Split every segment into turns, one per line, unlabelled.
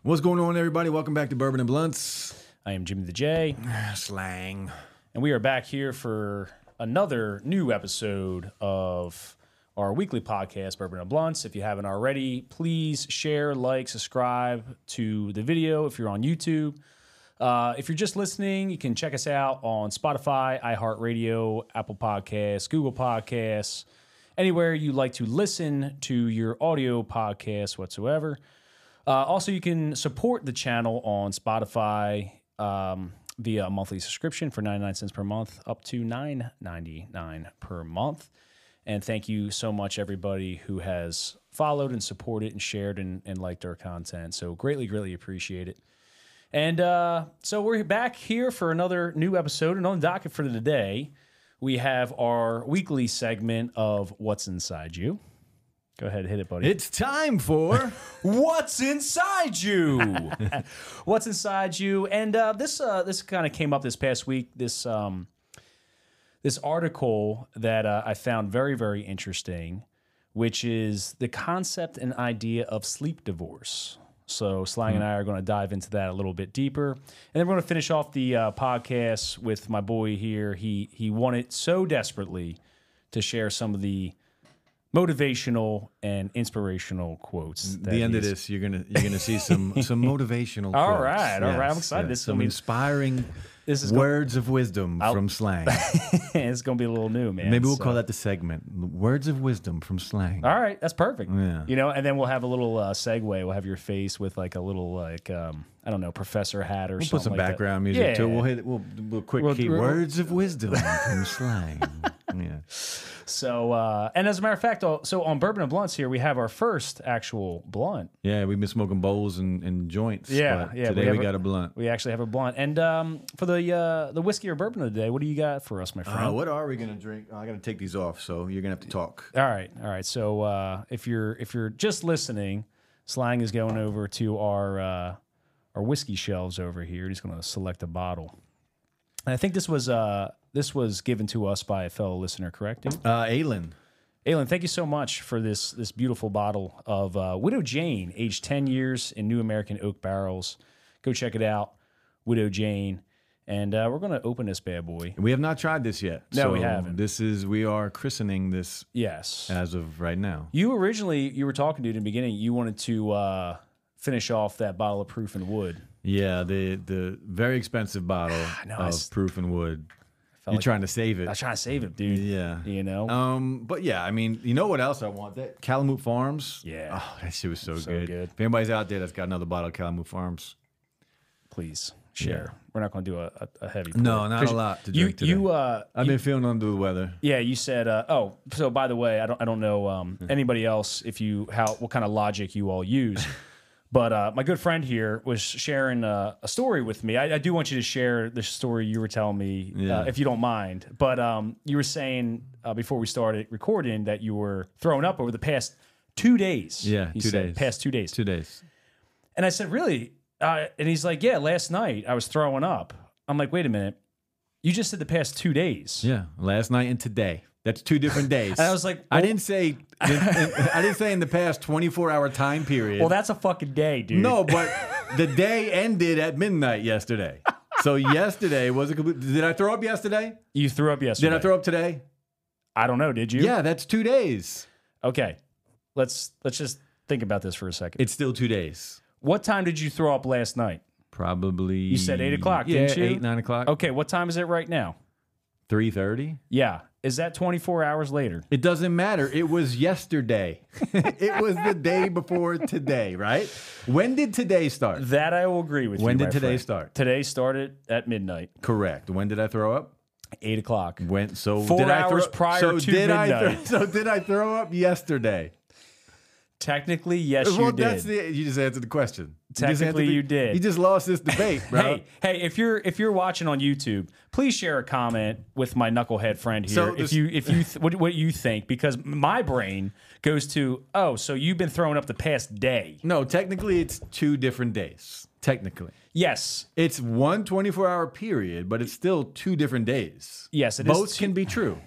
What's going on, everybody? Welcome back to Bourbon and Blunts.
I am Jimmy the J,
Slang.
and we are back here for another new episode of our weekly podcast, Bourbon and Blunts. If you haven't already, please share, like, subscribe to the video if you're on YouTube. Uh, if you're just listening, you can check us out on Spotify, iHeartRadio, Apple Podcasts, Google Podcasts, anywhere you like to listen to your audio podcasts whatsoever. Uh, also, you can support the channel on Spotify um, via a monthly subscription for 99 cents per month, up to 9.99 per month. And thank you so much, everybody who has followed and supported and shared and, and liked our content. So greatly, greatly appreciate it. And uh, so we're back here for another new episode. And on the docket for today, we have our weekly segment of What's Inside You. Go ahead, hit it, buddy.
It's time for
What's inside you? What's inside you? And uh, this uh, this kind of came up this past week. This um, this article that uh, I found very very interesting, which is the concept and idea of sleep divorce. So Slang and I are going to dive into that a little bit deeper, and then we're going to finish off the uh, podcast with my boy here. He he wanted so desperately to share some of the motivational and inspirational quotes. that
the end of
he's-
this. You're gonna you're gonna see some some motivational.
All
All
right, all right, I'm excited. This is
some
gonna be-
inspiring
This is gonna-
words of wisdom from slang.
it's gonna be a little new, man.
Maybe we'll
So-
call that the segment: words of wisdom from slang.
All right, that's perfect.
Yeah.
You know, and then we'll have a little uh, segue. We'll have your face with like a little like um, I don't know, professor hat or something.
Put some
like that.
background music
Yeah.
to. it. We'll hit. We'll, we'll quick
We'll-
key
we'll-
words of wisdom from slang. Yeah.
So, uh, and as a matter of fact, uh, so on Bourbon and Blunts here, we have our first actual blunt.
Yeah, we've been smoking bowls and, and joints.
Yeah,
but
yeah,
Today
we
we,
have a-
got a blunt.
We actually have a blunt. And um, for the uh, the whiskey or bourbon of the day, what do you got for us, my friend?
Uh, what are we gonna drink? Oh, I gotta take these off, so you're gonna have to talk.
All right, all right. So uh, if you're if you're just listening, Slang is going over to our uh, our whiskey shelves over here. He's going to select a bottle. And I think this was uh, this was given to us by a fellow listener, correct? dude?
Uh, Aylin.
Aylin, thank you so much for this this beautiful bottle of uh, Widow Jane, aged ten years in New American oak barrels. Go check it out, Widow Jane. And uh, we're going to open this bad boy.
We have not tried this yet.
No,
so
we haven't.
This is we are christening this
Yes.
as of right now.
You originally you were talking to in the beginning. You wanted to uh, finish off that bottle of proof and wood.
Yeah, the the very expensive bottle
know,
of
I s-
proof and wood. You're
like-
trying to save it.
I was trying to save it, dude.
Yeah.
You know.
Um, but yeah, I mean, you know what else I want? That Calamute Farms.
Yeah.
Oh, that shit was so, good.
good.
If anybody's out there that's got another bottle of Calamute Farms,
Please share. We're not going to do a, a, a heavy.
No,
pour.
not
'Cause
a lot to
you
drink today.
you uh
I've been feeling under the weather.
yeah you said uh, oh so by the way I don't I don't know um,
Hmm.
anybody else if you how what kind of logic you all use. But uh, my good friend here was sharing uh, a story with me. I, I do want you to share the story you were telling me, uh,
Yeah.
if you don't mind. But um, you were saying uh, before we started recording that you were thrown up over the past two days.
Yeah,
you
two
said,
days.
Past two days.
Two days.
And I said, really? Uh, and he's like, yeah, last night I was throwing up. I'm like, wait a minute. You just said the past two days.
Yeah, last night and today. That's two different days.
And I was like,
I didn't say, I didn't say in the past 24 hour time period.
Well, that's a fucking day, dude.
no, but the day ended at midnight yesterday. So yesterday was a complete. Did I throw up yesterday?
You threw up yesterday.
Did I throw up today?
I don't know. Did you?
Yeah, that's two days.
Okay. Let's let's just think about this for a second.
It's still two days.
What time did you throw up last night?
Probably.
You said eight o'clock,
Yeah,
didn't you?
eight nine o'clock.
Okay, what time is it right now?
Three thirty.
Yeah. Is that 24 hours later?
It doesn't matter. It was yesterday. it was the day before today, right? When did today start?
That I will agree with
When
you.
did
my
today
friend.
start?
Today started at midnight,
Correct. When did I throw up?
8 o'clock.
Went so
Four
did
hours
I throw,
prior
so
to
did I
midnight.
throw, so did I throw up yesterday?
Technically, yes,
well,
you did.
that's the you just answered the question. You just answered
Technically,
the-
you did.
You just lost this debate, bro.
Hey, hey! If you're if you're watching on YouTube, please share a comment with my knucklehead friend here.
So
if
this-
you if you th- what, what you think because my brain goes to oh, so you've been throwing up the past day.
No, technically it's two different days. Technically.
Yes,
It's one 24 hour period, but it's still two different days.
yes, it is.
both can be true.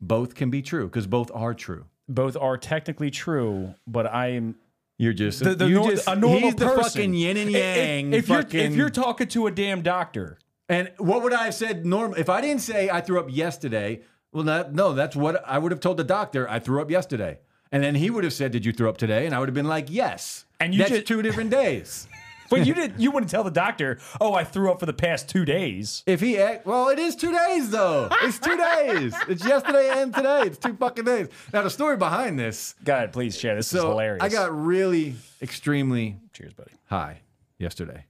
Both can be true because both are true.
both are technically true, but I am
You're just
The, the
you
nor-
just-
a normal
he's the
person.
fucking yin and
I- I-
yang.
If,
fucking,
you're if you're talking to a damn doctor,
and what would I have said normal if I didn't say I threw up yesterday? Well, that, no, that's what I would have told the doctor. I threw up yesterday, and then he would have said, "Did you throw up today?" And I would have been like, "Yes."
And you
that's
just-
two different days.
but you didn't. You wouldn't tell the doctor. Oh, I threw up for the past two days.
If he act, well, it is two days though. It's two days. It's yesterday and today. It's two fucking days. Now the story behind this.
God, please share. This is
So
hilarious.
I got really extremely
cheers, buddy.
high yesterday,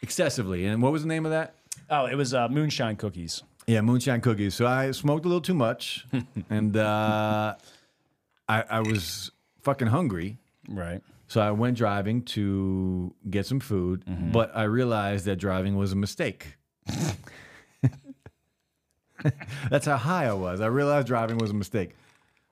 excessively. And what was the name of that?
Oh, it was uh, moonshine cookies.
Yeah, moonshine cookies. So I smoked a little too much, and uh, I, I was fucking hungry.
Right.
So I went driving to get some food, but I realized that driving was a mistake. That's how high I was. I realized driving was a mistake.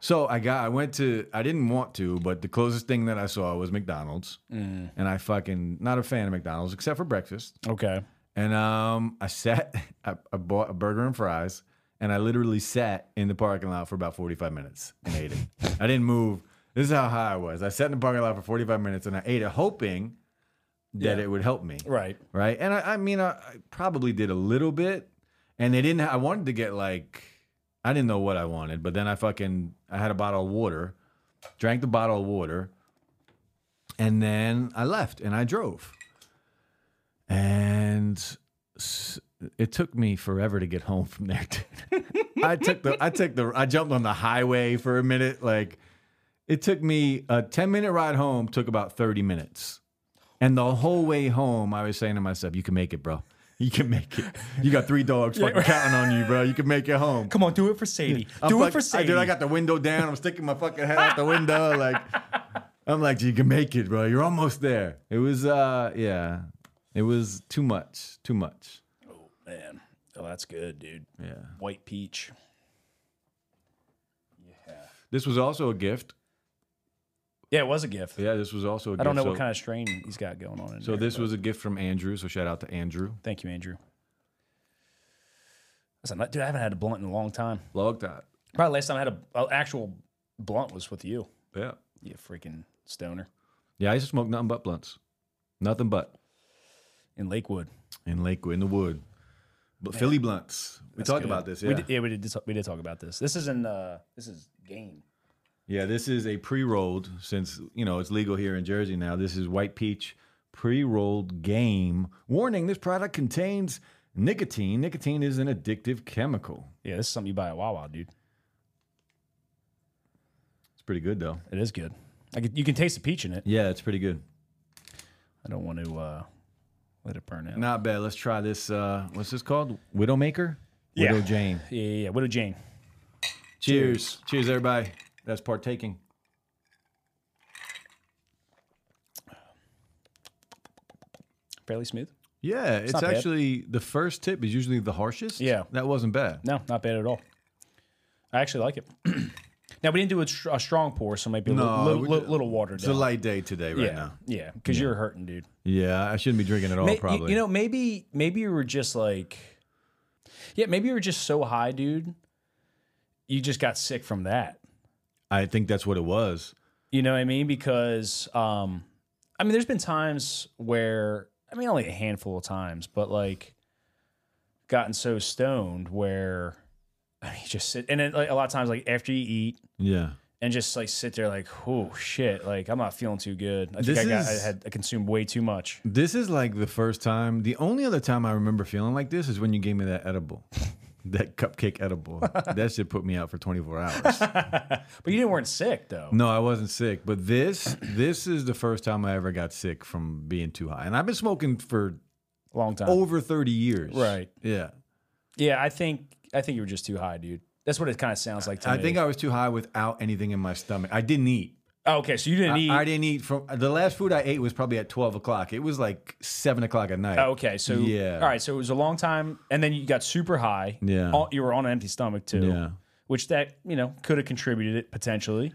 So I got I went to I didn't want to, but the closest thing that I saw was McDonald's. And I fucking not a fan of McDonald's except for breakfast.
Okay.
And um I sat I, I bought a burger and fries and I literally sat in the parking lot for about 45 minutes and ate it. I didn't move. This is how high I was. I sat in the parking lot for 45 minutes and I ate it hoping that it would help me
Right.
right? And I, I mean, I, I probably did a little bit, and they didn't. I wanted to get like, I didn't know what I wanted, but then I fucking I had a bottle of water, drank the bottle of water, and then I left and I drove, and s- it took me forever to get home from there. Dude. I took the I took the I jumped on the highway for a minute, like. It took me a 10 minute ride home, took about 30 minutes. And the whole way home, I was saying to myself, you can make it, bro. You can make it. You got three dogs fucking counting on you, bro. You can make it home.
Come on, do it for Sadie.
I'm
do
fuck-
it for
I,
Sadie.
dude, I got the window down. I'm sticking my fucking head out the window. Like, I'm like, you can make it, bro. You're almost there. It was, uh, yeah, it was too much, too much.
Man, oh, that's good, dude.
Yeah.
White peach.
This was also a gift.
Yeah, it was a gift.
Yeah, this was also a gift.
I don't know
so,
what kind of strain he's got going on. In
So
there,
this
but-
was a gift from Andrew. So shout out to Andrew.
Thank you, Andrew. That's a nut- dude. I haven't had a blunt in a long time.
Log that.
Probably last time I had a, a actual blunt was with you.
Yeah.
You freaking stoner
Yeah, I used to smoke nothing but blunts. Nothing but.
in Lakewood.
In Lakewood, in the wood. But Philly blunts. We
That's
talked
good.
about this. Yeah.
We did, yeah, we did. We did talk about this. This is in. Uh, this is game.
yeah, this is a pre rolled, since, you know, it's legal here in Jersey now. This is White Peach pre rolled game. Warning this product contains nicotine. Nicotine is an addictive chemical.
Yeah, this is something you buy at Wawa, dude.
It's pretty good, though.
It is good. I could, you can taste the peach in it.
Yeah, it's pretty good.
I don't want to uh, let it burn out.
Not bad. Let's try this. Uh, what's this called? Widowmaker?
Yeah.
Widow Jane.
Yeah, yeah, yeah. Widow Jane.
Cheers. Cheers, everybody. That's partaking.
Fairly smooth.
Yeah, it's,
not bad.
actually the first tip is usually the harshest.
Yeah.
That wasn't bad.
No, not bad at all. I actually like it. now we didn't do a, str- a strong pour, so it might be a
No,
little,
we
little,
did-
little watered
It's a
down.
light day today, right
yeah,
now.
yeah, because you're hurting, dude.
Yeah, I shouldn't be drinking at all,
May- you-
probably.
You know, maybe maybe you were just like, yeah, maybe you were just so high, dude. You just got sick from that.
I think that's what it was.
You know what I mean? Because um, I mean, there's been times where I mean, only a handful of times, but like, gotten so stoned where I mean, you just sit and then like a lot of times, like after you eat
Yeah.
and just like sit there, like, oh shit, like I'm not feeling too good. I think
This
I got,
is-
I had, I consumed way too much.
This is like the first time. The only other time I remember feeling like this is when you gave me that edible, that cupcake edible. that shit put me out for 24 hours.
But you didn't weren't sick though.
No, I wasn't sick, but this this is the first time I ever got sick from being too high. And I've been smoking for
Long time.
over 30 years.
Right.
Yeah.
Yeah, I think I think you were just too high, dude. That's what it kind of sounds like to
I
me.
think I was too high without anything in my stomach. I didn't eat.
oh, okay, so you didn't eat.
I, I didn't eat from the last food I ate was probably at 12 o'clock. It was like seven o'clock at night.
okay, so
Yeah.
All right, so it was a long time, and then you got super high.
Yeah.
All- you were on an empty stomach too.
Yeah.
Which that you know could have contributed it potentially,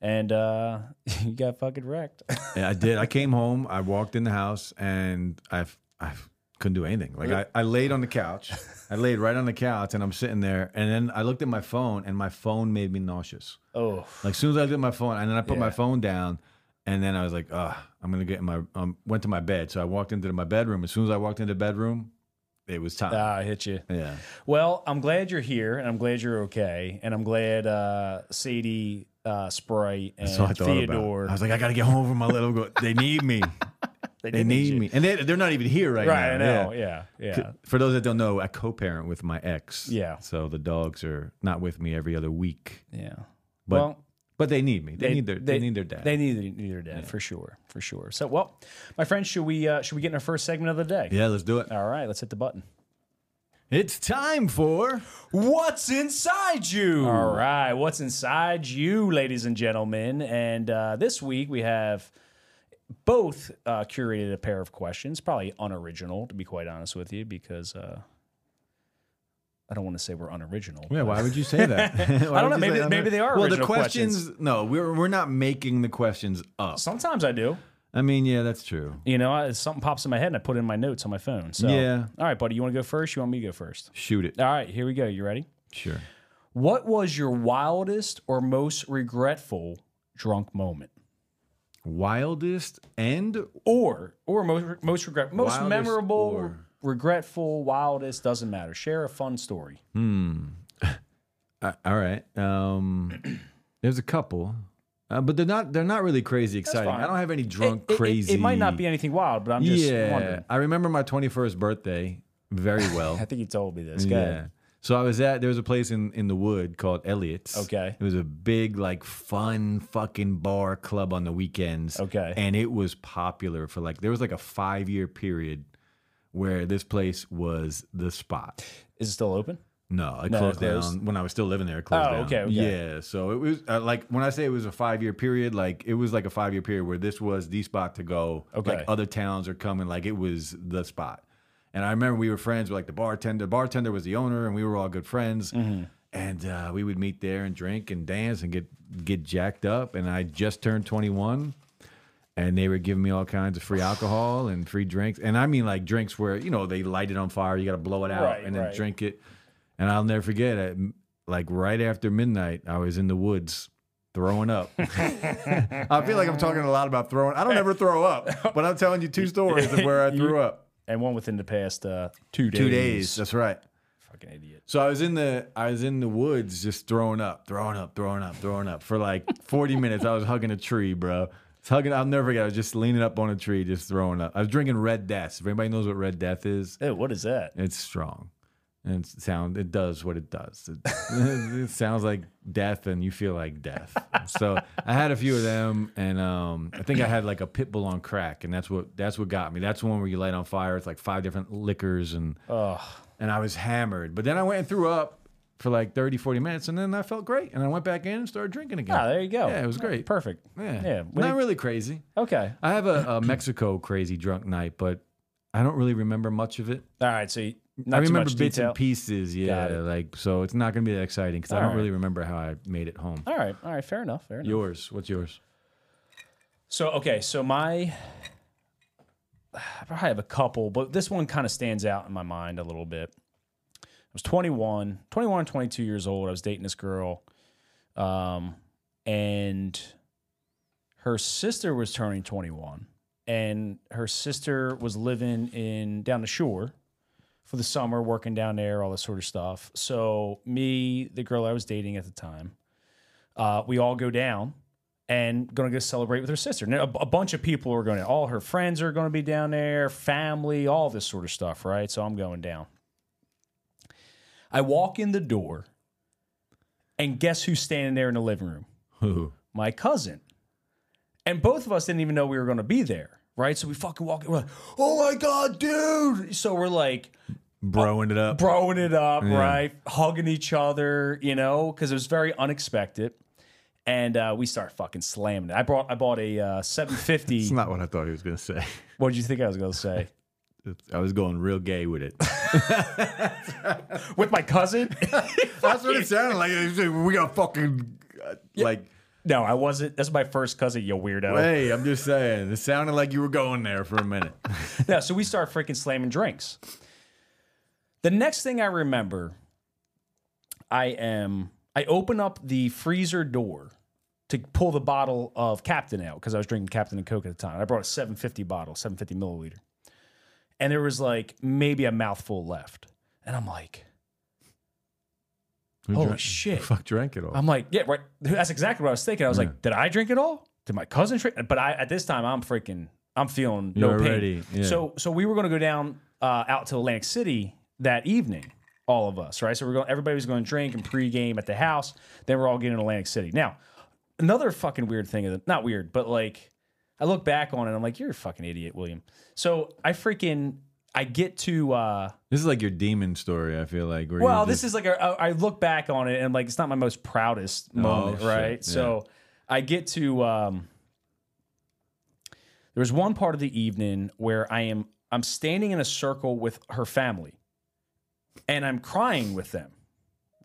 and uh you got fucking wrecked.
Yeah, I did. I came home. I walked in the house, and I I couldn't do anything. Like I, I laid on the couch. I laid right on the couch, and I'm sitting there. And then I looked at my phone, and my phone made me nauseous.
oh,
Like as soon as I looked at my phone, and then I put my phone down, And then I was like, ah, I'm gonna get in my. Um, went to my bed, so I walked into my bedroom. As soon as I walked into the bedroom, it was time.
Ah, I hit you.
yeah,
Well, I'm glad you're here, and I'm glad you're okay, and I'm glad uh, Sadie, uh, Sprite, and
so I thought
Theodore.
about. It. I was like, I gotta get home for my little girl. They need me. They
did
need
you.
me, and they, they're not even here right,
Right, I
now.
know. Yeah, yeah.
For those that don't know, I co-parent with my ex.
Yeah.
So the dogs are not with me every other week,
Yeah.
but
well,
but they need me. They, need their they, need their dad.
They need need their dad for sure, for sure. So, well, my friend, should we uh, should we get in our first segment of the day?
yeah, let's do it.
All right, let's hit the button.
It's time for
What's inside you? All right, what's inside you, ladies and gentlemen? And uh, this week we have both uh, curated a pair of questions, probably unoriginal, to be quite honest with you, because uh, I don't want to say we're unoriginal.
yeah. Why would you say that? I
know, maybe- maybe they are
Well, the
original questions.
questions, No, we're we're not making the questions up.
Sometimes I do.
I mean, yeah, that's true.
You know, I, something pops in my head and I put it in my notes on my phone. So,
Yeah.
All right, buddy, you want to go first? You want me to go first?
Shoot it.
All right, here we go. You ready?
Sure.
What was your wildest or most regretful drunk moment?
Wildest and
or or most most regret most
Wildest
memorable
or-
regretful wildest doesn't matter share a fun story
Uh, all right. Um, there's a couple, uh, but they're not they're not really crazy exciting.
fine.
I don't have any
It-
drunk
it, it-
crazy.
it, might not be anything wild but i'm just
yeah,
wondering
I remember my 21st birthday very well.
i think you told me this guy
Oh. yeah. So I was at there was a place in in the wood called Elliot's.
Okay.
It was a big like fun fucking bar club on the weekends.
Okay.
And it was popular for like there was like a five year period where this place was the spot.
is it still open
No, it
No, it
closed
closed.
down when I was still living there. It closed
Oh,
down.
okay, okay.
Yeah, so it was uh, like when I say it was a five year period, like it was like a five year period where this was the spot to go.
Okay.
like other towns are coming, like it was the spot. And I remember we were friends with like the bartender. Bartender was the owner, and we were all good friends.
Mm-hmm.
And uh, we would meet there and drink and dance and get get jacked up. And I just turned twenty one and they were giving me all kinds of free alcohol and free drinks. And I mean like drinks where, you know, they light it on fire, you got to blow it out
Right,
and then
right.
drink it. And I'll never forget it. Like right after midnight, I was in the woods throwing up. I feel like I'm talking a lot about throwing. I don't ever throw up, but I'm telling you two stories of where I threw up.
and one within the past uh, two days
Two days. That's right.
fucking idiot
So I was in the I was in the woods just throwing up, throwing up, throwing up, throwing up for like 40 minutes. I was hugging a tree, bro. It's hugging. I'll never forget. I was just leaning up on a tree, just throwing up. I was drinking Red Death. If anybody knows what Red Death is,
hey Oh, what is that
it's strong. And it's sound it does what it does. It, it sounds like death, and you feel like death. So I had a few of them, and um, I think I had like a pit bull on crack, and that's what that's what got me. That's one where you light on fire. It's like five different liquors, and
oh
and I was hammered. But then I went and threw up for like 30, 40 minutes, and then I felt great. And I went back in and started drinking again.
ah, there you go
Yeah, it was great.
perfect
yeah.
yeah we-
Not really crazy.
okay
I have a, a Mexico crazy drunk night, but I don't really remember much of it.
all right so you-
I
not too
remember
much
bits
detail
and pieces, yeah.
Got it.
Like so, it's not going to be that exciting because I don't
All right. Uh,
really remember how I made it home.
all right all right fair enough fair enough
Yours? What's yours?
So okay, so my I probably have a couple, but this one kind of stands out in my mind a little bit. I was 21, 21 and 22 years old. I was dating this girl. Um and her sister was turning 21 and her sister was living in down the shore for the summer working down there all that sort of stuff so me the girl i was dating at the time uh, we all go down and going to go celebrate with her sister. Now, a, a bunch of people are going to, all her friends are going to be down there, family, all this sort of stuff, right? So I'm going down. I walk in the door, and guess who's standing there in the living room?
Who?
my cousin. And both of us didn't even know we were going to be there, right? So we fucking walk in. We're like, oh my God, dude. So we're like
Broing it up.
broing it up, right? Hugging each other, you know, because it was very unexpected. And uh, we start fucking slamming it. I brought, I bought a uh, 750.
not what I thought he was going to say.
what did you think I was going to say?
I was going real gay with it.
With my cousin?
That's what it sounded like. It was like, We got fucking uh, like.
no, I wasn't. That's my first cousin, you weirdo.
Hey, I'm just saying. It sounded like you were going there for a minute.
Yeah, so we start freaking slamming drinks. The next thing I remember, I am I open up the freezer door to pull the bottle of Captain out because I was drinking Captain and Coke at the time. I brought a 750 bottle, 750 milliliter. And there was like maybe a mouthful left. And I'm like,
Who
Holy
drank-
shit.
Fuck, drank it all.
I'm like, yeah, right. That's exactly what I was thinking. I was like, did I drink it all? Did my cousin drink? But I at this time I'm freaking I'm feeling no
You're
pain.
already- yeah.
So so we were gonna go down uh, out to Atlantic City that evening, all of us, right? So we're going everybody was gonna drink and pregame at the house, then we're all getting to Atlantic City. Now, another fucking weird thing of the, not weird, but like I look back on it, I'm like, you're a fucking idiot, William. So I freaking I get to uh
this is like your demon story. I feel like. Where
well, this is like a, a, I look back on it and like it's not my most proudest moment,
Oh, shit,
right?
yeah.
So I get to um there was one part of the evening where I am I'm standing in a circle with her family and I'm crying with them,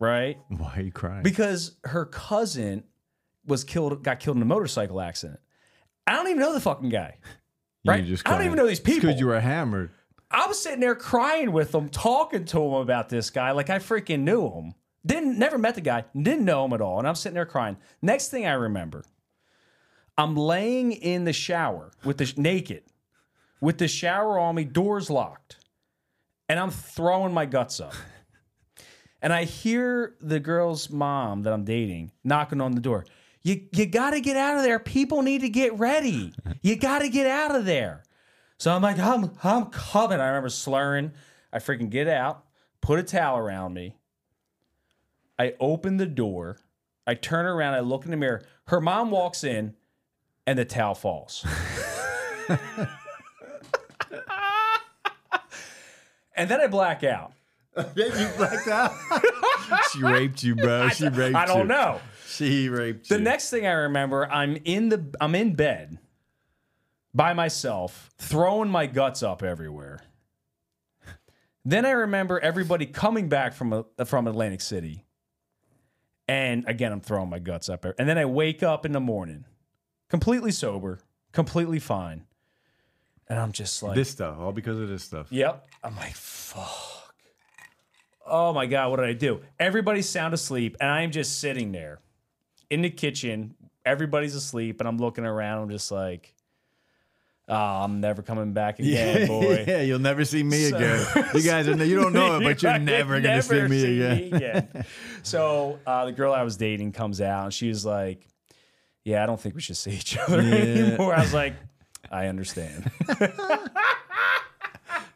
right?
is why are you crying?
Because her cousin was killed got killed in a motorcycle accident. I don't even know the fucking guy.
You
right? I don't
crying.
even know these
It's 'cause
people.
you were hammered.
I was sitting there crying with him, talking to him about this guy. Like I freaking knew him. Didn't never met the guy, didn't know him at all. And I'm sitting there crying. Next thing I remember, I'm laying in the shower with the naked, with the shower on me, doors locked, and I'm throwing my guts up. And I hear the girl's mom that I'm dating knocking on the door. You you gotta get out of there. People need to get ready. You gotta get out of there. So I'm like, I'm I'm coming. I remember slurring. I freaking get out, put a towel around me. I open the door. I turn around. I look in the mirror. Her mom walks in, and the towel falls. and then I black out.
you blacked out. she raped you, bro. She raped you.
I don't know.
She raped
The
you.
next thing I remember, I'm in the I'm in bed by myself, throwing my guts up everywhere. Then I remember everybody coming back from a, from Atlantic City. And again, I'm throwing my guts up. And then I wake up in the morning, completely sober, completely fine. And I'm just like
this stuff, all because of this stuff.
Yep. I'm like, fuck. Oh my God, what did I do? Everybody's sound asleep, and I am just sitting there in the kitchen. Everybody's asleep, and I'm looking around. I'm just like, oh, I'm never coming back again, boy.
yeah, you'll never see me
So-
again. You guys are you don't know it, but you're never gonna see
Never
me again.
again. so uh, the girl I was dating comes out, and she was like, "Yeah, I don't think we should see each other anymore." I was like, "I understand."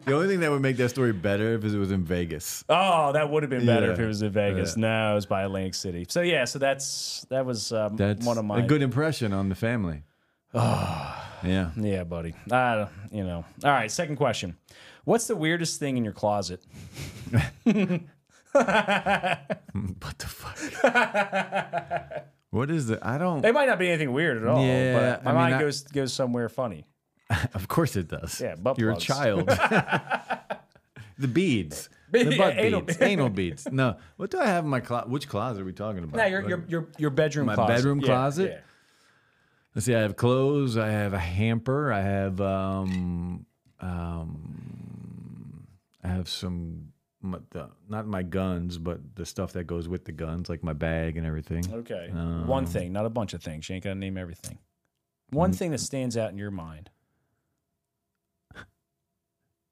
The only thing that would make that story better if it was in Vegas.
Oh, that would have been better if
Yeah.
it was in Vegas. No, it was by Atlantic City. So yeah, so that's that was um,
That's
one of my Ah.
a good impression on the family. yeah.
Yeah, buddy. I don't- you know. All right, second question. What's the weirdest thing in your closet?
What the fuck? what is the? I don't.
It might not be anything weird at all,
Yeah,
but my
I mean,
mind
I-
goes goes somewhere funny.
Of course it does.
Yeah, butt
you're
plugs.
a child. the beads. The
Yeah,
butt
anal-
beads, anal beads. No, what do I have in my closet? Which closet are we talking about?
No, your your your, your bedroom
My
closet.
bedroom
Yeah,
closet?
yeah.
Let's see. I have clothes. I have a hamper. I have um um I have some my, the, not my guns, but the stuff that goes with the guns, like my bag and everything.
Okay.
Um,
One thing, not a bunch of things. You ain't got to name everything.
Mm.
One thing that stands out in your mind.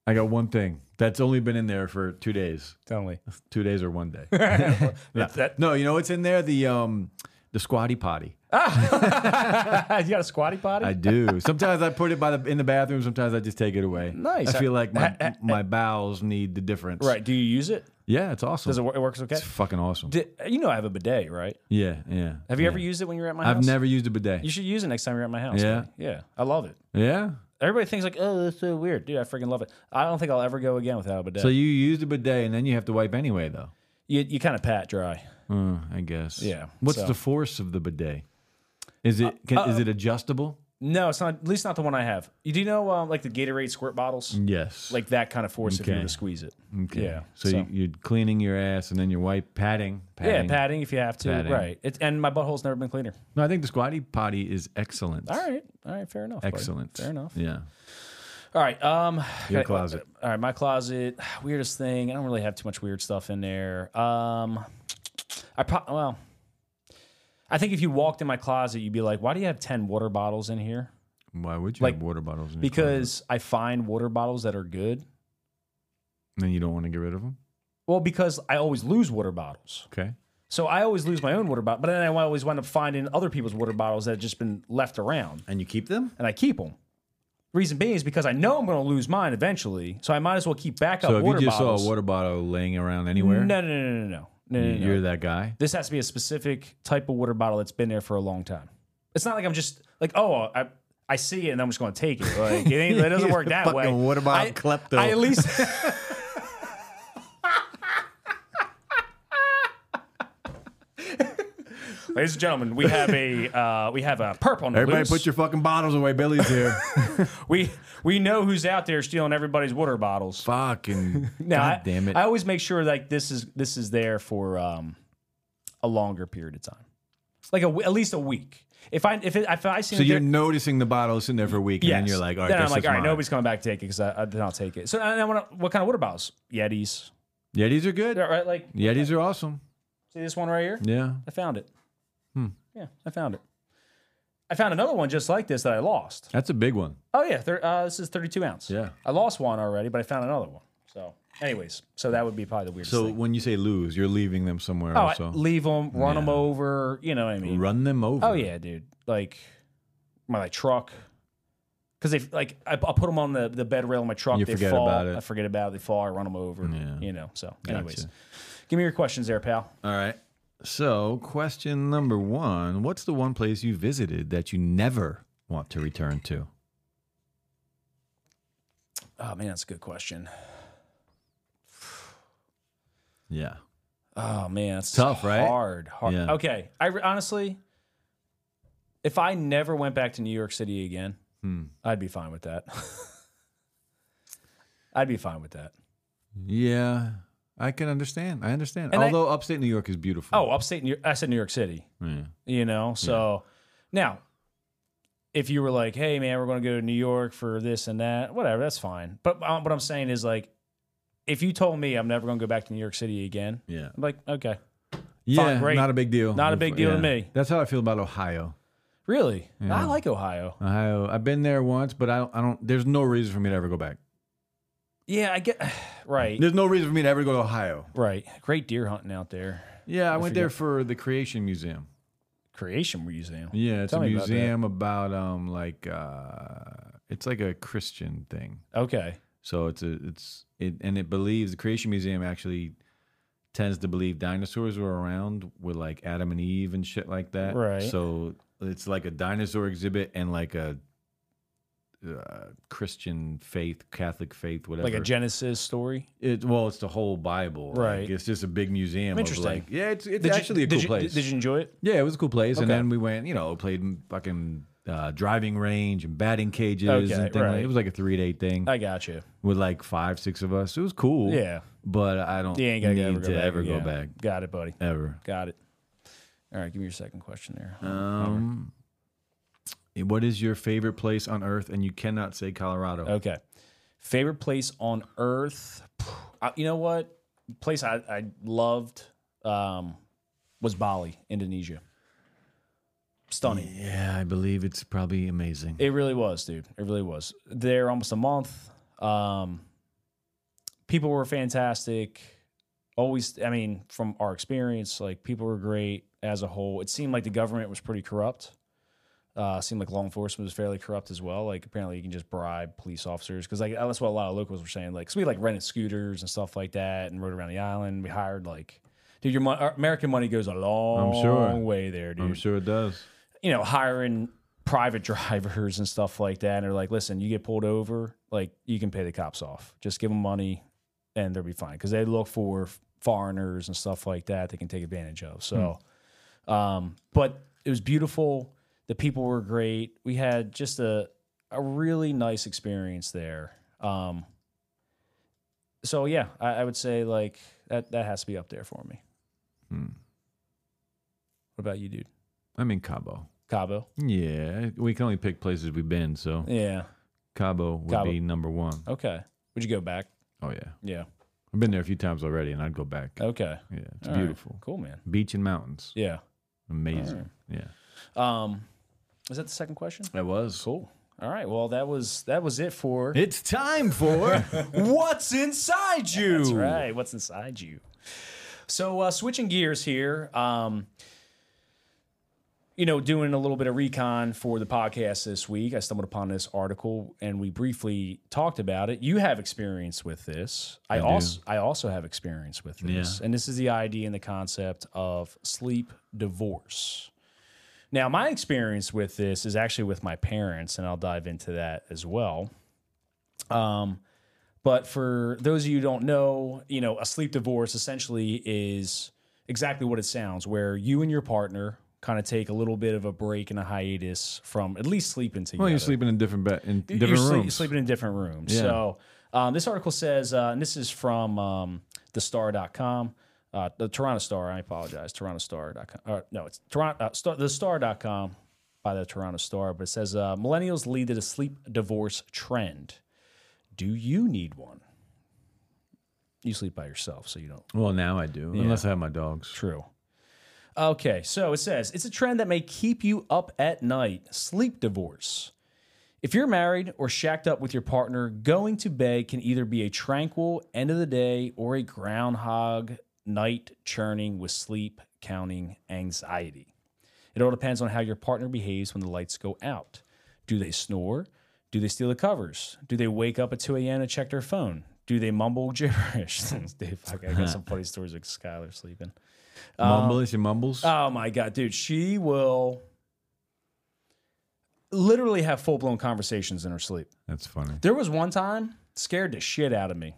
I got one thing that's only been in there for two days,
Tell me.
two days or one day.
That- that-
no, you know what's in there? The um the squatty potty.
Ah! you got a squatty potty?
I do. Sometimes I put it by the in the bathroom. Sometimes I just take it away.
Nice.
I feel like my my bowels need the difference.
right. Do you use it?
Yeah, it's awesome.
Does it, wor- it works okay?
it's fucking awesome.
Did, you know I have a bidet, right?
Yeah, yeah.
Have you
yeah.
ever used it when you're at my house?
I've never used a bidet.
You should use it next time you're at my house.
Yeah.
buddy. Yeah. I love it.
yeah.
Everybody thinks like, oh, that's so weird, dude. I freaking love it. I don't think I'll ever go again without a bidet.
So you used a bidet and then you have to wipe anyway, though.
you you kind of pat dry.
Uh, I guess.
Yeah,
What's
so-
the force of the bidet? Is it can, is it adjustable?
No, it's not. At least not the one I have. You do know um, like the Gatorade squirt bottles,
Yes.
like that kind of force if you were
Mm. Okay.
to squeeze it.
Okay.
Yeah.
So, You, you're cleaning your ass and then you're wipe patting.
yeah,
patting.
padding if you have to.
Padding.
Right. It, and my butthole's never been cleaner.
No, I think the squatty potty is excellent.
All right. All right. Fair enough. buddy.
Excellent.
Fair enough.
Yeah.
All right. Um,
Your
okay,
closet.
All right, my closet. Weirdest thing. I don't really have too much weird stuff in there. Um, I pro- well, I think if you walked in my closet, you'd be like, "Why do you have ten water bottles in here?"
Why would you
Like,
have water bottles? In your closet?
Because I find water bottles that are good.
then you don't want to get rid of them.
Well, because I always lose water bottles,
Okay.
so I always lose my own water bottle. But then I always wind up finding other people's water bottles that have just been left around.
And you keep them.
and I keep them. Reason being is because I know I'm going to lose mine eventually, so I might as well keep backup
So if you
water
just
bottles.
saw a Uh, water bottle laying around anywhere,
no, no, no, no, no, no, no, no, no.
you're that guy.
This has to be a specific type of water bottle that's been there for a long time. It's not like I'm just like, oh, I, I see it and I'm just going to take it. Like it, ain't, it doesn't work that way.
Fucking water bottle
I,
klepto.
I at least. Ladies and gentlemen, we have a uh, we have a perp on the
Everybody,
loose.
put your fucking bottles away. Billy's here.
We we know who's out there stealing everybody's water bottles.
fucking.
Now,
God
I,
damn it.
I always make sure like this is this is there for um, a longer period of time, like a, w- at least a week. If I if it, if I see
so
that
you're
there-
noticing the bottle sitting there for a week, and then
yes.
you're like, all right,
then
this
I'm like,
is
all right,
mine.
nobody's coming back to take it because I, I then I'll take it. So and I want what kind of water bottles? Yetis,
Yetis are good.
They're right? Like
Yetis are awesome.
see this one right here.
Yeah.
I found it.
hmm.
Yeah, I found it. I found another one just like this that I lost.
That's a big one.
Oh yeah, thir- uh, this is 32 ounce.
Yeah.
I lost one already, but I found another one. So, anyways, so that would be probably the weirdest
So
thing.
when you say lose, you're leaving them somewhere.
Oh, I-
also.
leave them, run them over. You know what I mean?
Run them over.
Oh yeah, dude. Like my, my truck, because if like I, I'll put them on the, the bed rail of my truck,
You
they
forget
fall.
about it.
I forget about it. They fall. I run them over.
Yeah.
You know. So,
Gotcha.
anyways, give me your questions there, pal.
All right. So question number one: What's the one place you visited that you never want to return to?
Oh man, that's a good question.
Yeah.
Oh man, that's
Tough, right?
Hard, hard.
Yeah.
Okay, I re- honestly, if I never went back to New York City again,
Hmm.
I'd be fine with that. I'd be fine with that.
Yeah. I can understand. I understand.
And I-
Although upstate New York is beautiful.
Oh, upstate New I said New York City,
Yeah.
you know? So now, if you were like, hey, man, we're going to go to New York for this and that, whatever, that's fine. But um, what I'm saying is, like, if you told me I'm never going to go back to New York City again,
Yeah.
I'm like, okay.
Yeah.
great.
Not a big deal.
Not a big deal to
Yeah.
me.
That's how I feel about Ohio.
Really? I like Ohio.
Ohio. I've been there once, but I don't, I don't. There's no reason for me to ever go back.
Yeah, I get, right.
There's no reason for me to ever go to Ohio.
Right. Great deer hunting out there.
Yeah, I, went there for the Creation Museum.
Creation museum.
Yeah, it's
Tell
a
me about that.
museum about, um like uh it's like a Christian thing.
Okay.
So it's a it's it and it believes the Creation Museum actually tends to believe dinosaurs were around with like Adam and Eve and shit like that.
Right.
So it's like a dinosaur exhibit and like a uh, Christian faith, Catholic faith, whatever.
Like a Genesis story.
It, well, it's the whole Bible. Like,
Right.
it's just a big museum.
Interesting.
Of like, yeah, it's it's
Did you-
actually a
did
cool
you-
place.
Did you enjoy it?
yeah, it was a cool place. And
Okay.
then we went, you know, played in fucking uh, driving range and batting cages
Okay,
and things.
right.
Like, it was like a three day thing
I got you.
with like five, six of us. It was cool.
Yeah.
But I don't
You ain't
need
gotta ever go
to
back
ever go
again.
back.
Got it, buddy.
Ever.
Got it. All right, give me your second question there.
Um, what is your favorite place on earth? And you cannot say Colorado.
okay. Favorite place on earth? Uh, You know what? Place I, I loved um, was Bali, Indonesia. Stunning.
Yeah, I believe it's probably amazing.
It really was, dude. It really was. There almost a month. Um, people were fantastic. Always, I mean, from our experience, like people were great as a whole. It seemed like the government was pretty corrupt. Uh, seemed like law enforcement was fairly corrupt as well. Like apparently you can just bribe police officers because like that's what a lot of locals were saying. Like, 'cause we like rented scooters and stuff like that and rode around the island. We hired like, dude, your mon- our American money goes a long
sure.
way there, dude
I'm sure it does.
you know, hiring private drivers and stuff like that. And they're like, listen, you get pulled over, like you can pay the cops off. Just give them money and they'll be fine. Cause they look for foreigners and stuff like that they can take advantage of. So, um, but it was beautiful. The people were great. We had just a, a really nice experience there. Um, so yeah, I, I would say like that, that has to be up there for me.
Hmm.
What about you, dude?
I'm in Cabo.
Cabo.
Yeah, we can only pick places we've been, so
Yeah.
Cabo would
Cabo.
be number one.
Okay. Would you go back?
Oh yeah,
Yeah.
I've been there a few times already, and I'd go back.
Okay.
Yeah, it's
Uh, All right.
beautiful.
Cool, man.
Beach and mountains.
Yeah.
Amazing. Yeah.
Um, is that the second question?
That was
Cool. All right. Well, that was that was it for
It's time for
what's inside you. That's right. What's inside you. So uh, switching gears here. Um, you know, doing a little bit of recon for the podcast this week, I stumbled upon this article and we briefly talked about it. You have experience with this. I, also I also have experience with this. And this is the idea and the concept of sleep divorce. Now, my experience with this is actually with my parents, and I'll dive into that as well. Um, but for those of you who don't know, you know, a sleep divorce essentially is exactly what it sounds, where you and your partner kind of take a little bit of a break and a hiatus from at least sleeping together.
well, you're sleeping in different bed in different
You're sleep-
rooms.
sleeping in different rooms. So um, this article says, uh, and this is from um, thestar.com, uh, the Toronto Star, I apologize, torontostar.com. Uh, no, it's Toronto, uh, star, thestar.com by the Toronto Star, but it says uh, millennials lead to the sleep divorce trend. Do you need one? You sleep by yourself, so you don't
Well, now I do, unless I have my dogs.
True. Okay, so it says it's a trend that may keep you up at night. Sleep divorce. If you're married or shacked up with your partner, going to bed can either be a tranquil end of the day or a groundhog night churning with sleep counting anxiety. It all depends on how your partner behaves when the lights go out. Do they snore? Do they steal the covers? Do they wake up at 2 a.m. and check their phone? Do they mumble gibberish? Dave, I got some funny stories with Skylar sleeping. Uh,
Mumble, is she mumbles.
Oh my god, dude, she will literally have full blown conversations in her sleep.
That's funny.
There was one time scared the shit out of me.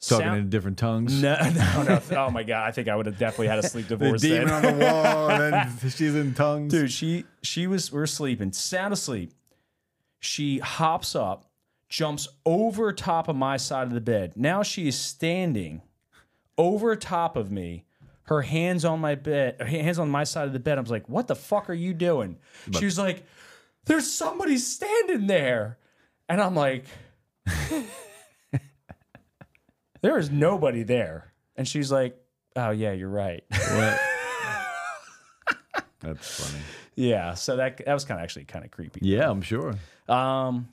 Talking
Sound-
in different tongues.
no, no, no. Oh my god, I think I would have definitely had a sleep
The
divorce.
demon
then.
on the wall, and then she's in tongues.
Dude, she she was we we're sleeping, sound asleep. She hops up, jumps over top of my side of the bed. Now she is standing over top of me, her hands on my bed, her hands on my side of the bed. I was like, "What the fuck are you doing?" she was like, "There's somebody standing there," and I'm like, "There is nobody there." And she's like, "Oh yeah, you're right."
What? That's funny.
yeah, so that that was kind of actually kind of creepy.
Yeah, I'm sure.
Um,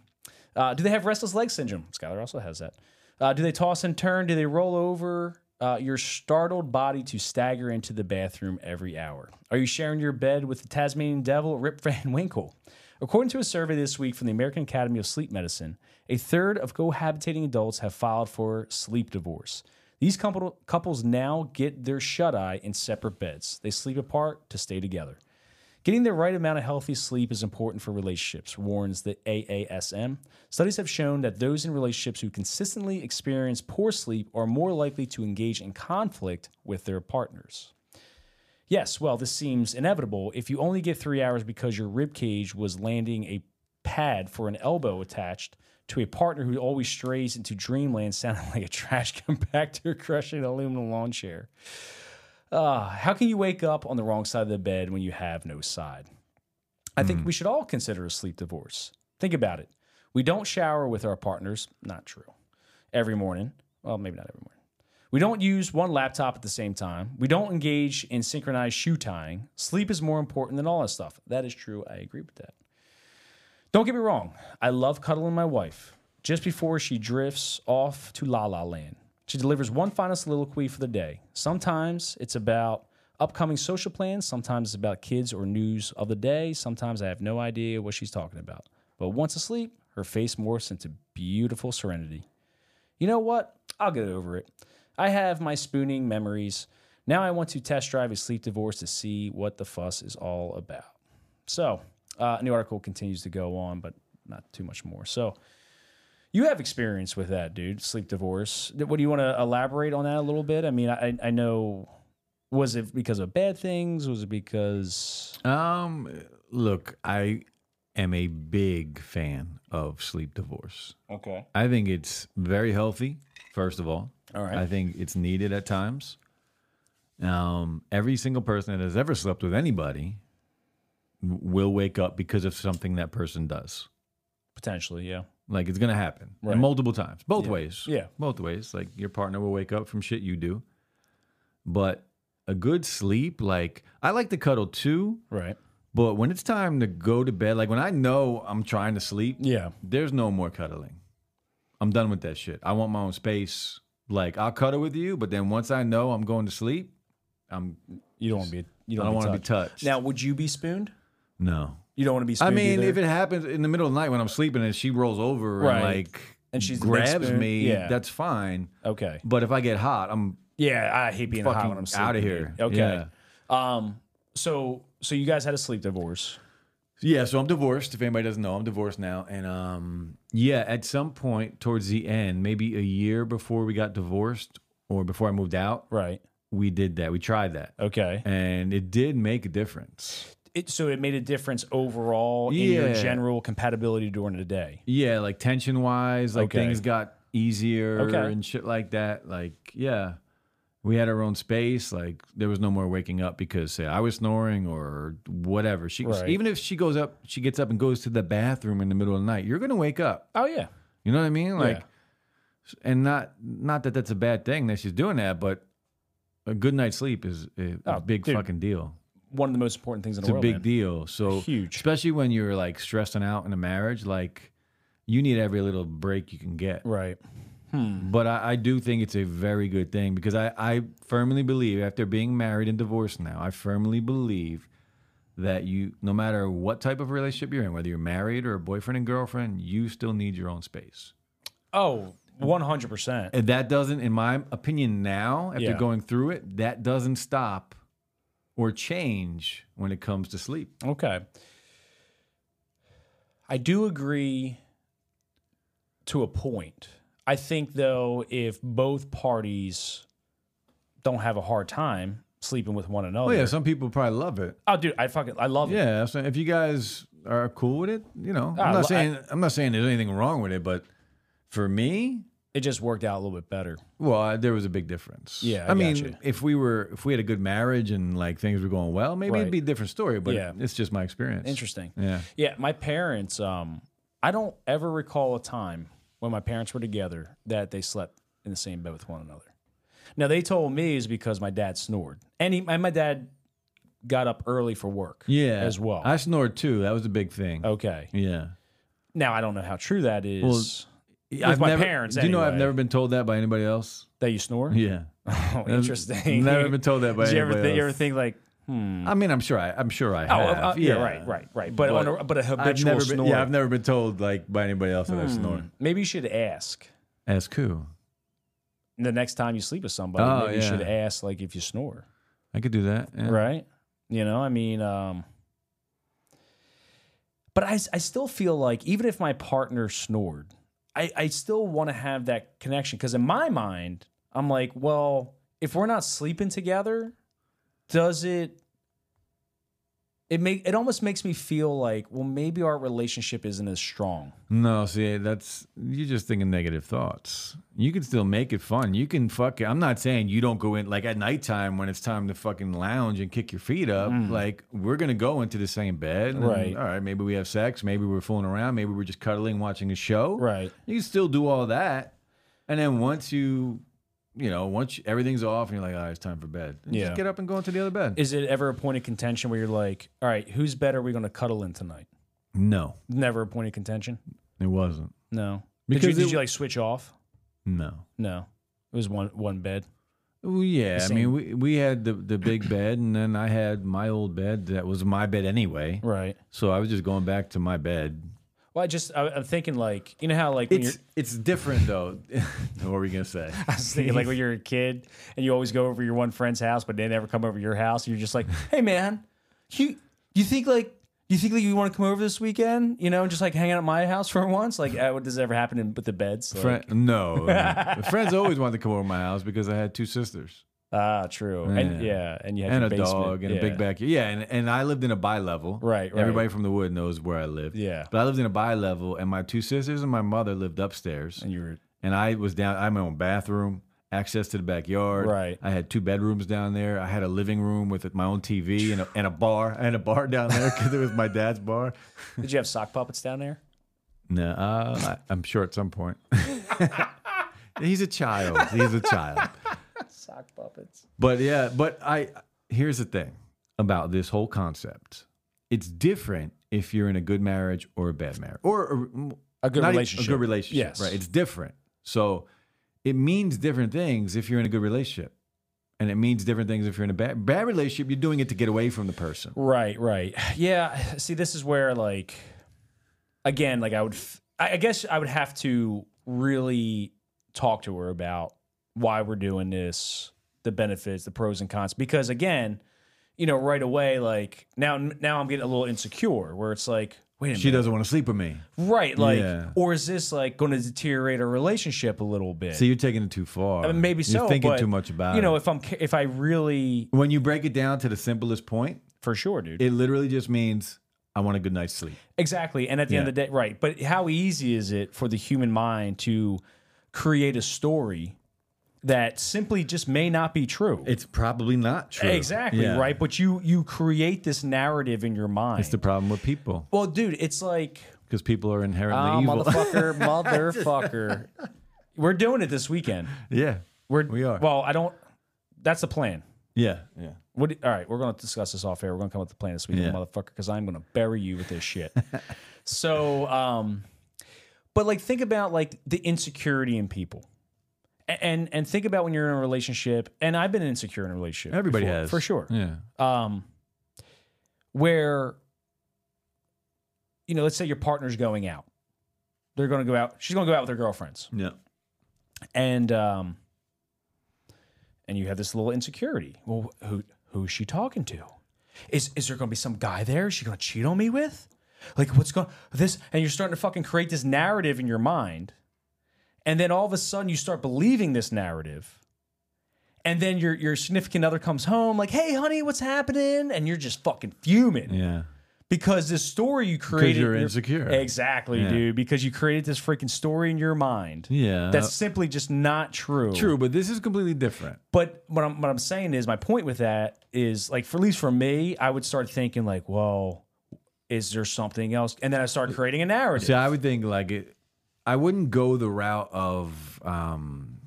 uh, do they have restless leg syndrome? Skylar also has that. Uh, do they toss and turn? Do they roll over? Uh, your startled body to stagger into the bathroom every hour. Are you sharing your bed with the Tasmanian devil, Rip Van Winkle? According to a survey this week from the American Academy of Sleep Medicine, a third of cohabitating adults have filed for sleep divorce. These couple, couples now get their shut eye in separate beds. They sleep apart to stay together. Getting the right amount of healthy sleep is important for relationships, warns the AASM. Studies have shown that those in relationships who consistently experience poor sleep are more likely to engage in conflict with their partners. Yes, well, this seems inevitable. If you only get three hours because your rib cage was landing a pad for an elbow attached to a partner who always strays into dreamland, sounding like a trash compactor crushing an aluminum lawn chair. Ah, how can you wake up on the wrong side of the bed when you have no side? I think we should all consider a sleep divorce. Think about it. We don't shower with our partners, not true, every morning. Well, maybe not every morning. We don't use one laptop at the same time. We don't engage in synchronized shoe tying. Sleep is more important than all that stuff. That is true. I agree with that. Don't get me wrong. I love cuddling my wife just before she drifts off to La La Land. She delivers one final soliloquy for the day. Sometimes it's about upcoming social plans, sometimes it's about kids or news of the day, sometimes I have no idea what she's talking about. But once asleep, her face morphs into beautiful serenity. You know what? I'll get over it. I have my spooning memories. Now I want to test drive a sleep divorce to see what the fuss is all about. So, uh, new article continues to go on, but not too much more. So, you have experience with that, dude. Sleep divorce. Th- What do you want to elaborate on that a little bit? I mean, I, I know. Was it because of bad things? Was it because
Um, look, I am a big fan of sleep divorce.
okay?
I think it's very healthy. First of all,
All right.
I think it's needed at times. Um, every single person that has ever slept with anybody w- will wake up because of something that person does.
Potentially, yeah.
Like it's gonna happen And
Right.
multiple times, both ways.
Yeah.
both ways. Like your partner will wake up from shit you do, but a good sleep, like I like to cuddle too,
Right.
but when it's time to go to bed, like when I know I'm trying to sleep,
Yeah.
there's no more cuddling. I'm done with that shit. I want my own space. Like I'll cuddle with you, but then once I know I'm going to sleep, I'm
You don't want to be. You
I
don't,
don't
want to
be touched.
Now, would you be spooned?
no.
You don't want to be
I
spooned.
mean,
either?
if it happens in the middle of the night when I'm sleeping and she rolls over
Right.
and like
And she's the big
grabs
spoon?
me,
Yeah.
that's fine.
okay.
But if I get hot, I'm
Yeah, I hate being hot
Fucking
when I'm sleeping.
outta
dude.
here.
Okay. Um. So so you guys had a sleep divorce.
yeah. So I'm divorced. If anybody doesn't know, I'm divorced now. And um, yeah, at some point towards the end, maybe a year before we got divorced or before I moved out,
Right.
we did that. We tried that,
Okay.
and it did make a difference.
It, so it made a difference overall in your
Yeah.
general compatibility during the day.
Yeah, like tension wise, like
Okay.
things got easier
Okay.
and shit like that. Like, yeah, we had our own space. Like, there was no more waking up because, say, I was snoring or whatever. She
Right.
even if she goes up, she gets up and goes to the bathroom in the middle of the night. You're gonna wake up.
Oh yeah.
You know what I mean? Like,
Yeah.
and not not that that's a bad thing that she's doing that, but a good night's sleep is a, a
Oh,
big
dude.
fucking deal.
One of the most important things in
It's a
the world.
big
man.
deal. So
Huge.
especially when you're like stressing out in a marriage, like you need every little break you can get.
Right. Mm-hmm.
But I, I do think it's a very good thing because I, I firmly believe after being married and divorced now, I firmly believe that you no matter what type of relationship you're in, whether you're married or a boyfriend and girlfriend, you still need your own space.
Oh, 100%.
And that doesn't, in my opinion now, after
Yeah.
going through it, that doesn't stop or change when it comes to sleep.
Okay. I do agree to a point. I think, though, if both parties don't have a hard time sleeping with one another.
Oh yeah, some people probably love it.
Oh, dude, I fucking, I love it.
Yeah, so if you guys are cool with it, you know,
Ah,
I'm
well,
not saying I, am not saying there's anything wrong with it, but for me,
It just worked out a little bit better.
well, I, there was a big difference.
Yeah, I
I, mean,
gotcha.
if we were if we had a good marriage and like things were going well, maybe
Right.
it'd be a different story. But
Yeah.
it's just my experience.
Interesting.
Yeah,
Yeah, my parents, um, I don't ever recall a time when my parents were together that they slept in the same bed with one another. Now they told me is because my dad snored, and, he, and my dad got up early for work.
yeah,
as well. Oh.
I snored too. That was a big thing.
okay.
Yeah,
Now I don't know how true that is
I've
my
never-
parents,
Do you know I've
anyway.
never been told that by anybody else?
that you snore.
Yeah,
Oh, interesting.
never been told that by
Did you ever,
anybody
think, you ever
else.
think like?
I mean, I'm sure I, I'm sure I
Oh,
have.
uh, yeah, right, right, right. But
But
on a, but a
I've
habitual
never
snore. Hmm.
been, yeah, I've never been told like by anybody else that I've snored.
Maybe you should ask
That's cool.
the next time you sleep with somebody.
Oh,
maybe you should
yeah.
ask like if you snore.
I could do that. yeah.
right? You know, I mean, um, but I, I still feel like even if my partner snored, I, I still want to have that connection because in my mind, I'm like, well, if we're not sleeping together, does it? It make it almost makes me feel like, well, maybe our relationship isn't as strong.
No, see, that's you're just thinking negative thoughts. You can still make it fun. You can fuck. I'm not saying you don't go in like at nighttime when it's time to fucking lounge and kick your feet up. Like we're gonna go into the same bed. and,
Hmm. Right.
all right. Maybe we have sex. Maybe we're fooling around. Maybe we're just cuddling, watching a show.
Right.
You can still do all that. And then once you, you know, once you- everything's off and you're like, all right, it's time for bed. And
Yeah.
Just get up and go into the other bed.
Is it ever a point of contention where you're like, all right, who's better? We're going to cuddle in tonight.
no,
Never a point of contention.
it wasn't.
No. did
Because
you,
it-
did you like switch off?
No.
No, it was one one bed.
Well, yeah, I
same-
mean, we we had the the big bed, and then I had my old bed that was my bed anyway.
Right.
So I was just going back to my bed.
Well, I just I, I'm thinking like you know how like when you're
It's it's different though. what were we gonna say?
I was thinking like when you're a kid and you always go over your one friend's house, but they never come over to your house. You're just like, hey man, you you think like you think like you want to come over this weekend? You know, and just like hang out at my house for once. Like, uh, what does ever happen in, with the beds? Like,
Friend, no, no. friends always wanted to come over to my house because I had two sisters
ah, true. And
Yeah.
yeah, and you had
and
your
a
basement.
dog and
yeah.
a big backyard. Yeah, and, and I lived in a bi level.
Right, right.
Everybody from the wood knows where I lived.
Yeah.
but I lived in a bi level, and my two sisters and my mother lived upstairs.
And you were
and I was down. I had my own bathroom, access to the backyard.
Right.
I had two bedrooms down there. I had a living room with my own TV and a, and a bar. I had a bar down there because it was my dad's bar.
did you have sock puppets down there?
No, uh, I- I'm sure at some point. He's a child. He's a child.
Sock puppets. happens.
But yeah, but I here's the thing about this whole concept. It's different if you're in a good marriage or a bad marriage or
A good
not e-
relationship.
A good relationship,
Yes.
right? It's different. So it means different things if you're in a good relationship. And it means different things if you're in a bad bad relationship, you're doing it to get away from the person.
Right, right. Yeah. See, this is where, like, again, like I would, f- I I guess I would have to really talk to her about why we're doing this, the benefits, the pros and cons, because again, you know, right away, like now, now I'm getting a little insecure where it's like, wait a minute,
She doesn't want to sleep with me.
right? Like,
Yeah.
or is this like going to deteriorate our relationship a little bit?
So you're taking it too far.
I mean, Uh, maybe
you're
so.
thinking
but,
too much about
You know,
it.
if I'm, ca- if I really,
When you break it down to the simplest point,
for sure, dude.
it literally just means I want a good night's sleep.
Exactly. And at the end of the day, right. But how easy is it for the human mind to create a story that simply just may not be true?
It's probably not true.
Exactly,
Yeah.
right? But you you create this narrative in your mind.
It's the problem with people
well, dude, it's like
because people are inherently
oh,
evil.
motherfucker, motherfucker. We're doing it this weekend.
yeah.
We're
We are.
Well, I don't that's the plan.
Yeah. Yeah.
What? All right, we're going to discuss this off air. We're going to come up with a plan this weekend,
Yeah.
motherfucker, because I'm going to bury you with this shit. so, um, but like, think about like the insecurity in people, A- and and think about when you're in a relationship. And I've been insecure in a relationship.
Everybody
before,
has.
for sure.
Yeah.
Um, where, you know, let's say your partner's going out. They're going to go out. She's going to go out with her girlfriends
Yeah.
and um and you have this little insecurity well who who's she talking to is is there gonna be some guy there is she gonna cheat on me with like what's going this and you're starting to fucking create this narrative in your mind and then all of a sudden you start believing this narrative and then your your significant other comes home like hey honey what's happening and you're just fucking fuming
Yeah.
because this story you created
you're
in your-
insecure.
exactly dude because you created this freaking story in your mind
Yeah.
that's simply just not true.
Uh, true, but this is completely different.
But what I'm what I'm saying is my point with that is like for at least for me, I would start thinking like, whoa, is there something else? And then I start creating a narrative.
See, I would think like it. I wouldn't go the route of, um,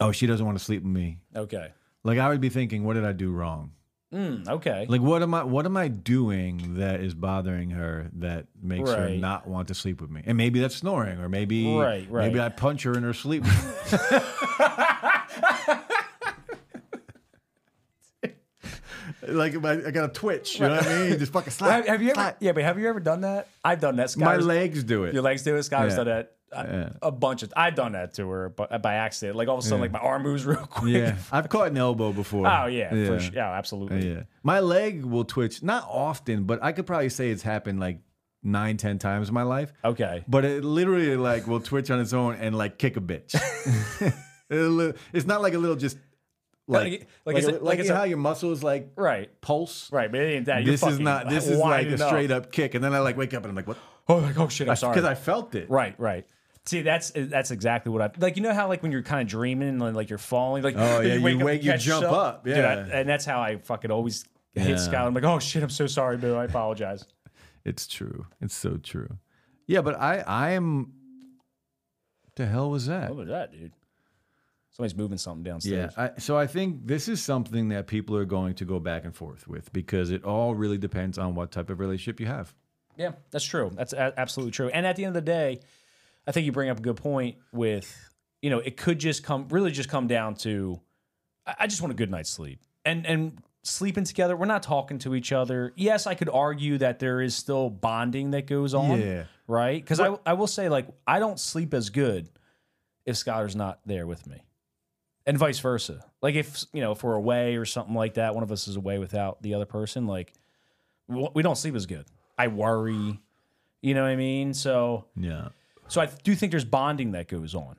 oh, she doesn't want to sleep with me.
Okay.
Like I would be thinking, what did I do wrong?
Mm, okay.
Like what am I? What am I doing that is bothering her that makes her
Right.
not want to sleep with me? And maybe that's snoring, or maybe
Right, right.
maybe I punch her in her sleep. like I, I got a twitch. You know what I mean? Just fucking slap.
have, have you ever?
slap.
Yeah, but have you ever done that? I've done that. Sky
My
was-
legs do it.
Your legs do it. Sky has
Yeah.
done that. A, a bunch of. I've done that to her, but by accident. Like all of a sudden, like my arm moves real quick.
Yeah, I've caught an elbow before.
Oh yeah, for sure. Yeah, absolutely.
Yeah. My leg will twitch, not often, but I could probably say it's happened like nine, ten times in my life.
Okay.
But it literally like will twitch on its own and like kick a bitch. It'll li- it's not like a little just like
Like- like
like,
it's
a-
a-
like
like it's
you know
a-
how your muscles like
Right.
pulse.
Right. But it ain't that. You're
This is
fucking
not. This is like a
winding up.
straight up kick, and then I like wake up and I'm like, what?
Oh, like oh shit. I'm sorry.
Because I felt it.
Right, right. See, that's that's exactly what I like. You know how like when you're kind of dreaming and like you're falling, like
Oh, yeah, you
up,
wake- you
catch
jump up,
Dude,
yeah.
I- and that's how I fucking always hit
Yeah.
Skylar. I'm like, oh shit, I'm so sorry, boo. I apologize.
It's true. It's so true. Yeah, but I I am. The hell was that?
what was that, dude? Somebody's moving something
Yeah.
downstairs.
I, so I think this is something that people are going to go back and forth with because it all really depends on what type of relationship you have.
Yeah, that's true. That's a- absolutely true. And at the end of the day, I think you bring up a good point with you know it could just come really just come down to I I just want a good night's sleep and and sleeping together. We're not talking to each other. Yes, I could argue that there is still bonding that goes on.
Yeah.
right? Because I I will say like I don't sleep as good if Skylar's not there with me, and vice versa. Like if you know if we're away or something like that, one of us is away without the other person, like w- we don't sleep as good. I worry, you know what I mean? So
Yeah.
so I do think there's bonding that goes on,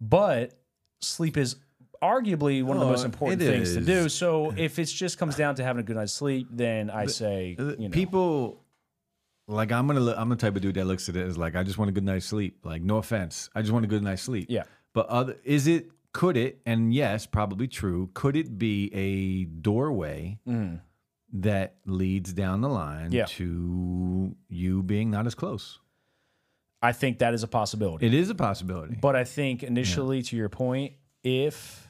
but sleep is arguably one of the
Oh,
most important
it
things to
is.
do. So if it just comes down to having a good night's sleep, then I say
uh,
you know,
People like I'm gonna look, I'm the type of dude that looks at it as like I just want a good night's sleep. Like no offense, I just want a good night's sleep.
Yeah.
But other is it could it and yes, probably true. Could it be a doorway that leads down the line
Mm. Yeah.
to you being not as close?
I think that is a possibility.
It is a possibility.
But I think initially, to your point, if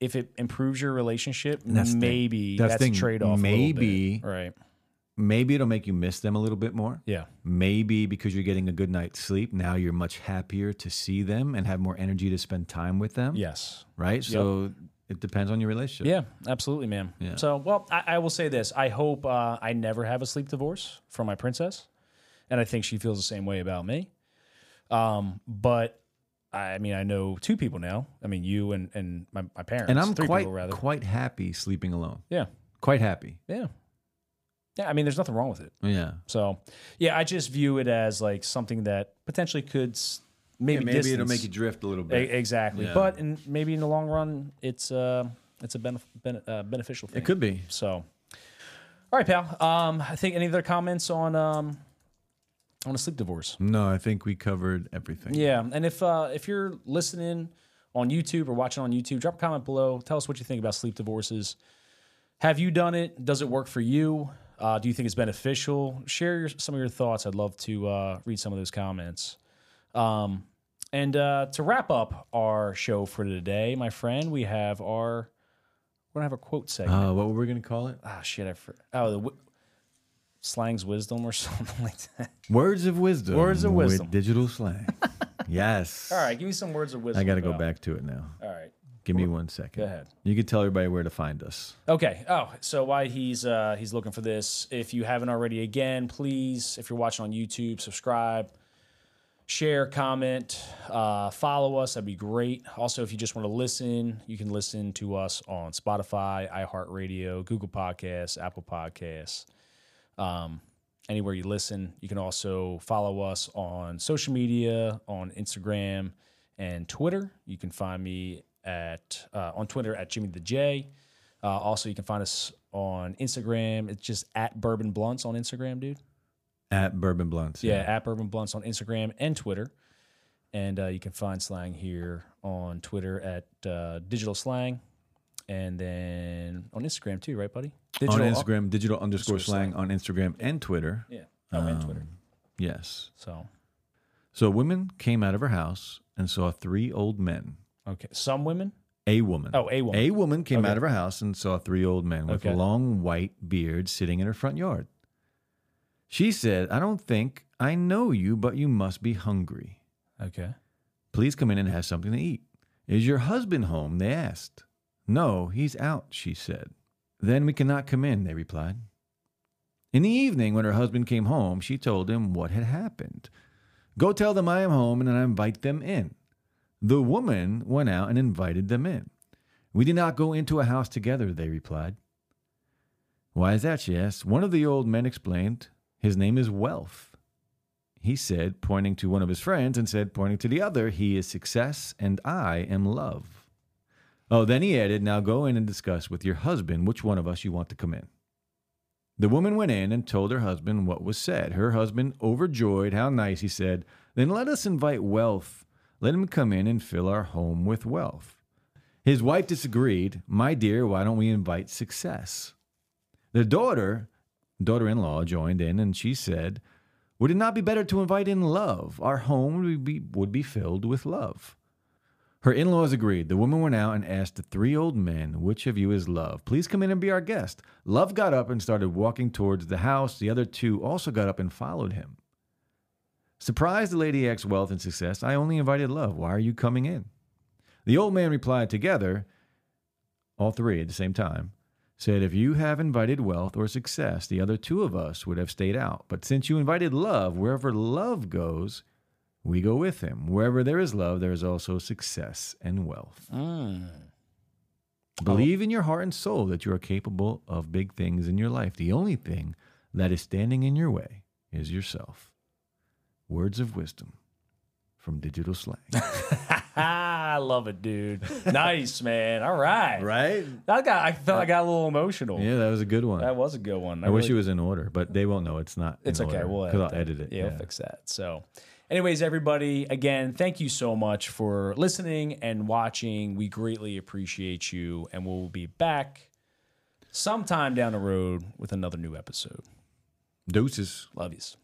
if it improves your relationship,
That's the thing.
maybe
That's
that's,
the thing.
a trade off.
Maybe-
right?
Maybe it'll make you miss them a little bit more.
Yeah,
Maybe because you're getting a good night's sleep, now you're much happier to see them and have more energy to spend time with them.
yes,
Right? So it depends on your relationship.
yeah, absolutely, man.
Yeah.
So, well, I, I will say this: I hope uh, I never have a sleep divorce from my princess, and I think she feels the same way about me. Um, but I mean, I know two people now. I mean, you and and my, my parents,
And I'm
three
quite
people rather.
quite happy sleeping alone.
yeah,
Quite happy.
yeah, yeah. I mean, there's nothing wrong with it.
Oh, Yeah.
So, yeah, I just view it as like something that potentially could s- maybe
maybe it'll
distance-
make you drift a little
E-
bit.
exactly.
Yeah.
But in, maybe in the long run, it's uh, it's a benef- ben- uh, beneficial thing.
It could be.
So, all right, pal. Um, I think any other comments on um, on a sleep divorce?
No, I think we covered everything.
Yeah, and if uh, if you're listening on YouTube or watching on YouTube, drop a comment below. Tell us what you think about sleep divorces. Have you done it? Does it work for you? Uh, do you think it's beneficial? Share your, some of your thoughts. I'd love to uh, read some of those comments. Um, and uh, to wrap up our show for today, my friend, we have our we're gonna have a quote segment.
Uh, what were we gonna call it?
Ah, shit! I for, oh the w- slang's wisdom or something like that.
Words of wisdom.
Words of
with
wisdom.
digital slang. yes.
All right, give me some words of wisdom.
I gotta go
pal.
back to it now.
All right.
Give me one second.
Go ahead.
You could tell everybody where to find us.
Okay. Oh, so why he's uh, he's looking for this? If you haven't already, again, please, if you're watching on YouTube, subscribe, share, comment, uh, follow us. That'd be great. Also, if you just want to listen, you can listen to us on Spotify, iHeartRadio, Google Podcasts, Apple Podcasts, um, anywhere you listen. You can also follow us on social media, on Instagram and Twitter. You can find me at uh, on Twitter at Jimmy the J. Uh, also, you can find us on Instagram. It's just at Bourbon Blunts on Instagram, dude.
At Bourbon Blunts.
Yeah, at Bourbon Blunts on Instagram and Twitter. And uh, you can find Slang here on Twitter at uh, Digital Slang. And then on Instagram too, right, buddy?
On
Digital,
Instagram, digital underscore slang on Instagram and Twitter.
Yeah. Oh, and Twitter.
Yes.
So,
So a woman came out of her house and saw three old men.
okay. Some women.
A woman.
Oh, a woman.
A woman came out of her house and saw three old men with
Okay.
a long white beard sitting in her front yard. She said, I don't think I know you, but you must be hungry.
Okay.
Please come in and have something to eat. Is your husband home? They asked. No, he's out, she said. Then we cannot come in, they replied. In the evening, when her husband came home, she told him what had happened. Go tell them I am home and I invite them in. The woman went out and invited them in. We did not go into a house together, they replied. Why is that? she asked. One of the old men explained, His name is Wealth he said, pointing to one of his friends, and said, pointing to the other, He is success, and I am love. Oh, then he added, Now go in and discuss with your husband which one of us you want to come in. The woman went in and told her husband what was said. Her husband, overjoyed, how nice, he said, Then let us invite wealth. Let him come in and fill our home with wealth. His wife disagreed, My dear, why don't we invite success? The daughter, daughter in law, joined in, and she said, would it not be better to invite in love? Our home would be, would be filled with love. Her in laws agreed. The woman went out and asked the three old men, Which of you is love? Please come in and be our guest. Love got up and started walking towards the house. The other two also got up and followed him. Surprised the lady asked wealth and success, I only invited love. Why are you coming in? The old man replied together, all three at the same time, said, If you have invited wealth or success, the other two of us would have stayed out. But since you invited love, wherever love goes, we go with him. Wherever there is love, there is also success and wealth.
Hmm.
Believe in your heart and soul that you are capable of big things in your life. The only thing that is standing in your way is yourself. Words of wisdom from digital slang.
I love it, dude. nice, man. All right.
right?
I got. I felt I got a little emotional.
Yeah, that was a good one.
That was a good one.
I wish it was in order, but they won't know it's not.
It's okay. We'll
because
edit
I'll
that.
edit it.
Yeah, we'll fix that. So, anyways, everybody, again, thank you so much for listening and watching. We greatly appreciate you, and we'll be back sometime down the road with another new episode.
Deuces.
Love yous.